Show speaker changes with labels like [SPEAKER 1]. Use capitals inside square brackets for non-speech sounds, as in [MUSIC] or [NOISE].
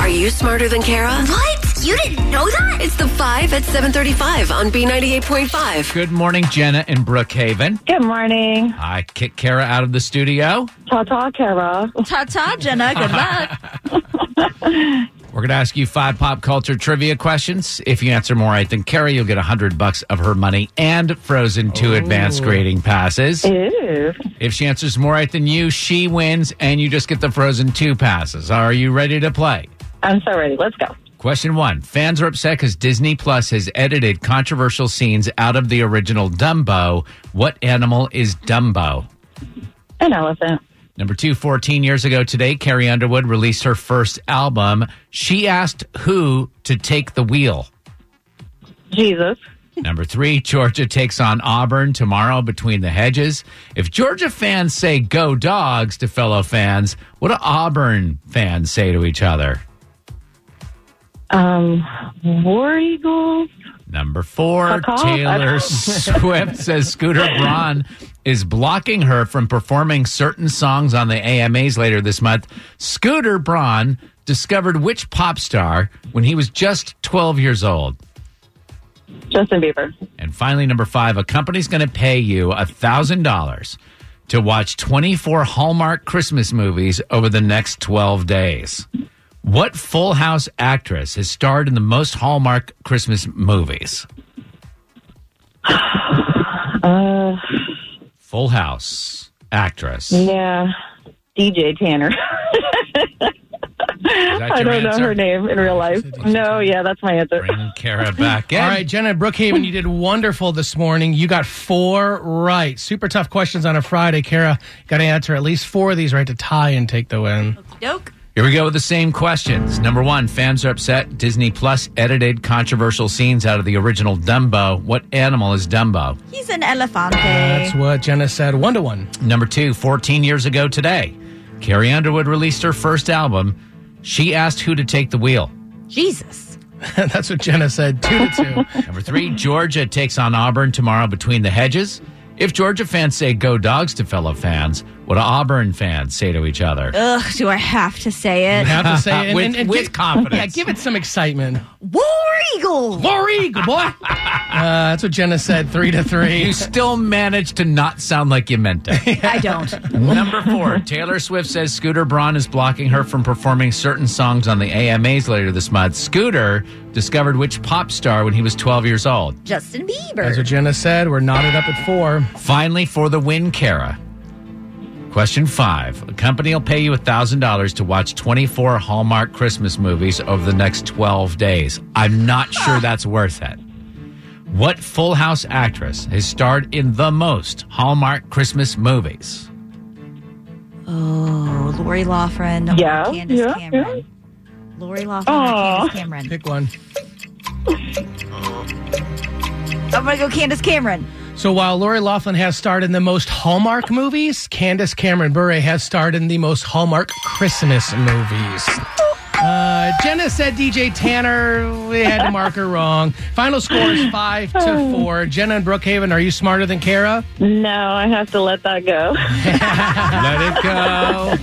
[SPEAKER 1] Are you smarter than Kara?
[SPEAKER 2] What? You didn't know that?
[SPEAKER 1] It's the 5 at 735 on B98.5.
[SPEAKER 3] Good morning, Jenna and Brookhaven.
[SPEAKER 4] Good morning.
[SPEAKER 3] I kicked Kara out of the studio.
[SPEAKER 4] Ta ta, Kara.
[SPEAKER 2] Ta ta, Jenna. Good
[SPEAKER 4] [LAUGHS]
[SPEAKER 2] luck.
[SPEAKER 3] We're going to ask you five pop culture trivia questions. If you answer more right than Kara, you'll get 100 bucks of her money and Frozen 2 advanced grading passes.
[SPEAKER 4] Ew.
[SPEAKER 3] If she answers more right than you, she wins and you just get the Frozen 2 passes. Are you ready to play?
[SPEAKER 4] I'm so ready. Let's go.
[SPEAKER 3] Question one. Fans are upset because Disney Plus has edited controversial scenes out of the original Dumbo. What animal is Dumbo?
[SPEAKER 4] An elephant.
[SPEAKER 3] Number two, 14 years ago today, Carrie Underwood released her first album. She asked who to take the wheel.
[SPEAKER 4] Jesus.
[SPEAKER 3] Number three, Georgia takes on Auburn tomorrow between the hedges. If Georgia fans say go dogs to fellow fans, what do Auburn fans say to each other?
[SPEAKER 4] Um, War Eagles.
[SPEAKER 3] Number four,
[SPEAKER 4] Cuck
[SPEAKER 3] [LAUGHS]
[SPEAKER 4] off.
[SPEAKER 3] Taylor Swift says Scooter Braun is blocking her from performing certain songs on the AMAs later this month. Scooter Braun discovered which pop star when he was just 12 years old.
[SPEAKER 4] Justin Bieber.
[SPEAKER 3] And finally, number five, a company's going to pay you $1,000 to watch 24 Hallmark Christmas movies over the next 12 days. What Full House actress has starred in the most Hallmark Christmas movies?
[SPEAKER 4] [SIGHS] Uh,
[SPEAKER 3] Full House actress. Is
[SPEAKER 4] yeah. DJ Tanner.
[SPEAKER 3] that
[SPEAKER 4] [LAUGHS] I
[SPEAKER 3] your
[SPEAKER 4] don't know
[SPEAKER 3] answer?
[SPEAKER 4] her name in real life. No, yeah, that's my answer.
[SPEAKER 3] Bring Kara back in.
[SPEAKER 5] All right, Jenna Brookhaven, you did wonderful this morning. You got four right. Super tough questions on a Friday. Kara got to answer at least four of these right to tie and take the win.
[SPEAKER 2] Doke.
[SPEAKER 3] Here we go with the same questions. Number one, fans are upset. Disney Plus edited controversial scenes out of the original Dumbo. What animal is Dumbo?
[SPEAKER 2] He's an elefante.
[SPEAKER 5] That's what Jenna said. One to one. [LAUGHS]
[SPEAKER 3] Number two, 14 years ago today, Carrie Underwood released her first album. She asked who to take the wheel.
[SPEAKER 2] Jesus.
[SPEAKER 5] That's what Jenna said. Two to two.
[SPEAKER 3] Number three, Georgia takes on Auburn tomorrow between the hedges. If Georgia fans say go dogs to fellow fans, what do Auburn fans say to each other?
[SPEAKER 2] Ugh, do I have to say
[SPEAKER 4] [LAUGHS]
[SPEAKER 5] You
[SPEAKER 3] [LAUGHS]
[SPEAKER 2] it?
[SPEAKER 5] have to say it.
[SPEAKER 3] With- with confidence.
[SPEAKER 5] Yeah, give [LAUGHS] it some excitement.
[SPEAKER 2] War Eagle.
[SPEAKER 5] Lori, good boy. [LAUGHS] Uh, that's what Jenna said. Three to
[SPEAKER 3] You
[SPEAKER 5] three.
[SPEAKER 3] still managed to not sound like you meant it.
[SPEAKER 2] I don't.
[SPEAKER 3] Number four, Taylor Swift says Scooter Braun is blocking her from performing certain songs on the AMAs later this month. Scooter discovered which pop star when he was 12 years old.
[SPEAKER 2] Justin
[SPEAKER 5] That's
[SPEAKER 2] Bieber.
[SPEAKER 5] what Jenna said. We're knotted up at four.
[SPEAKER 3] Finally, for the win, Kara. Question five. A company will pay you $1,000 to watch 24 Hallmark Christmas movies over the next 12 days. I'm not sure that's worth it. What Full House actress has starred in the most Hallmark Christmas movies?
[SPEAKER 2] Oh, Lori Laughlin. or
[SPEAKER 4] Yeah,
[SPEAKER 2] Candace
[SPEAKER 4] yeah,
[SPEAKER 2] Cameron. Lori Laughlin. or
[SPEAKER 4] Aw.
[SPEAKER 2] Candace Cameron.
[SPEAKER 5] Pick one.
[SPEAKER 2] I'm going to go Oh, Candace Cameron.
[SPEAKER 5] So while Lori Laughlin has starred in the most Hallmark movies, Candace Cameron Bure has starred in the most Hallmark Christmas movies. Uh, Jenna said DJ Tanner. We had to mark her wrong. Final score is five to four. Jenna and Brookhaven, are you smarter than Kara?
[SPEAKER 4] No, I have to let that go.
[SPEAKER 3] Let it go.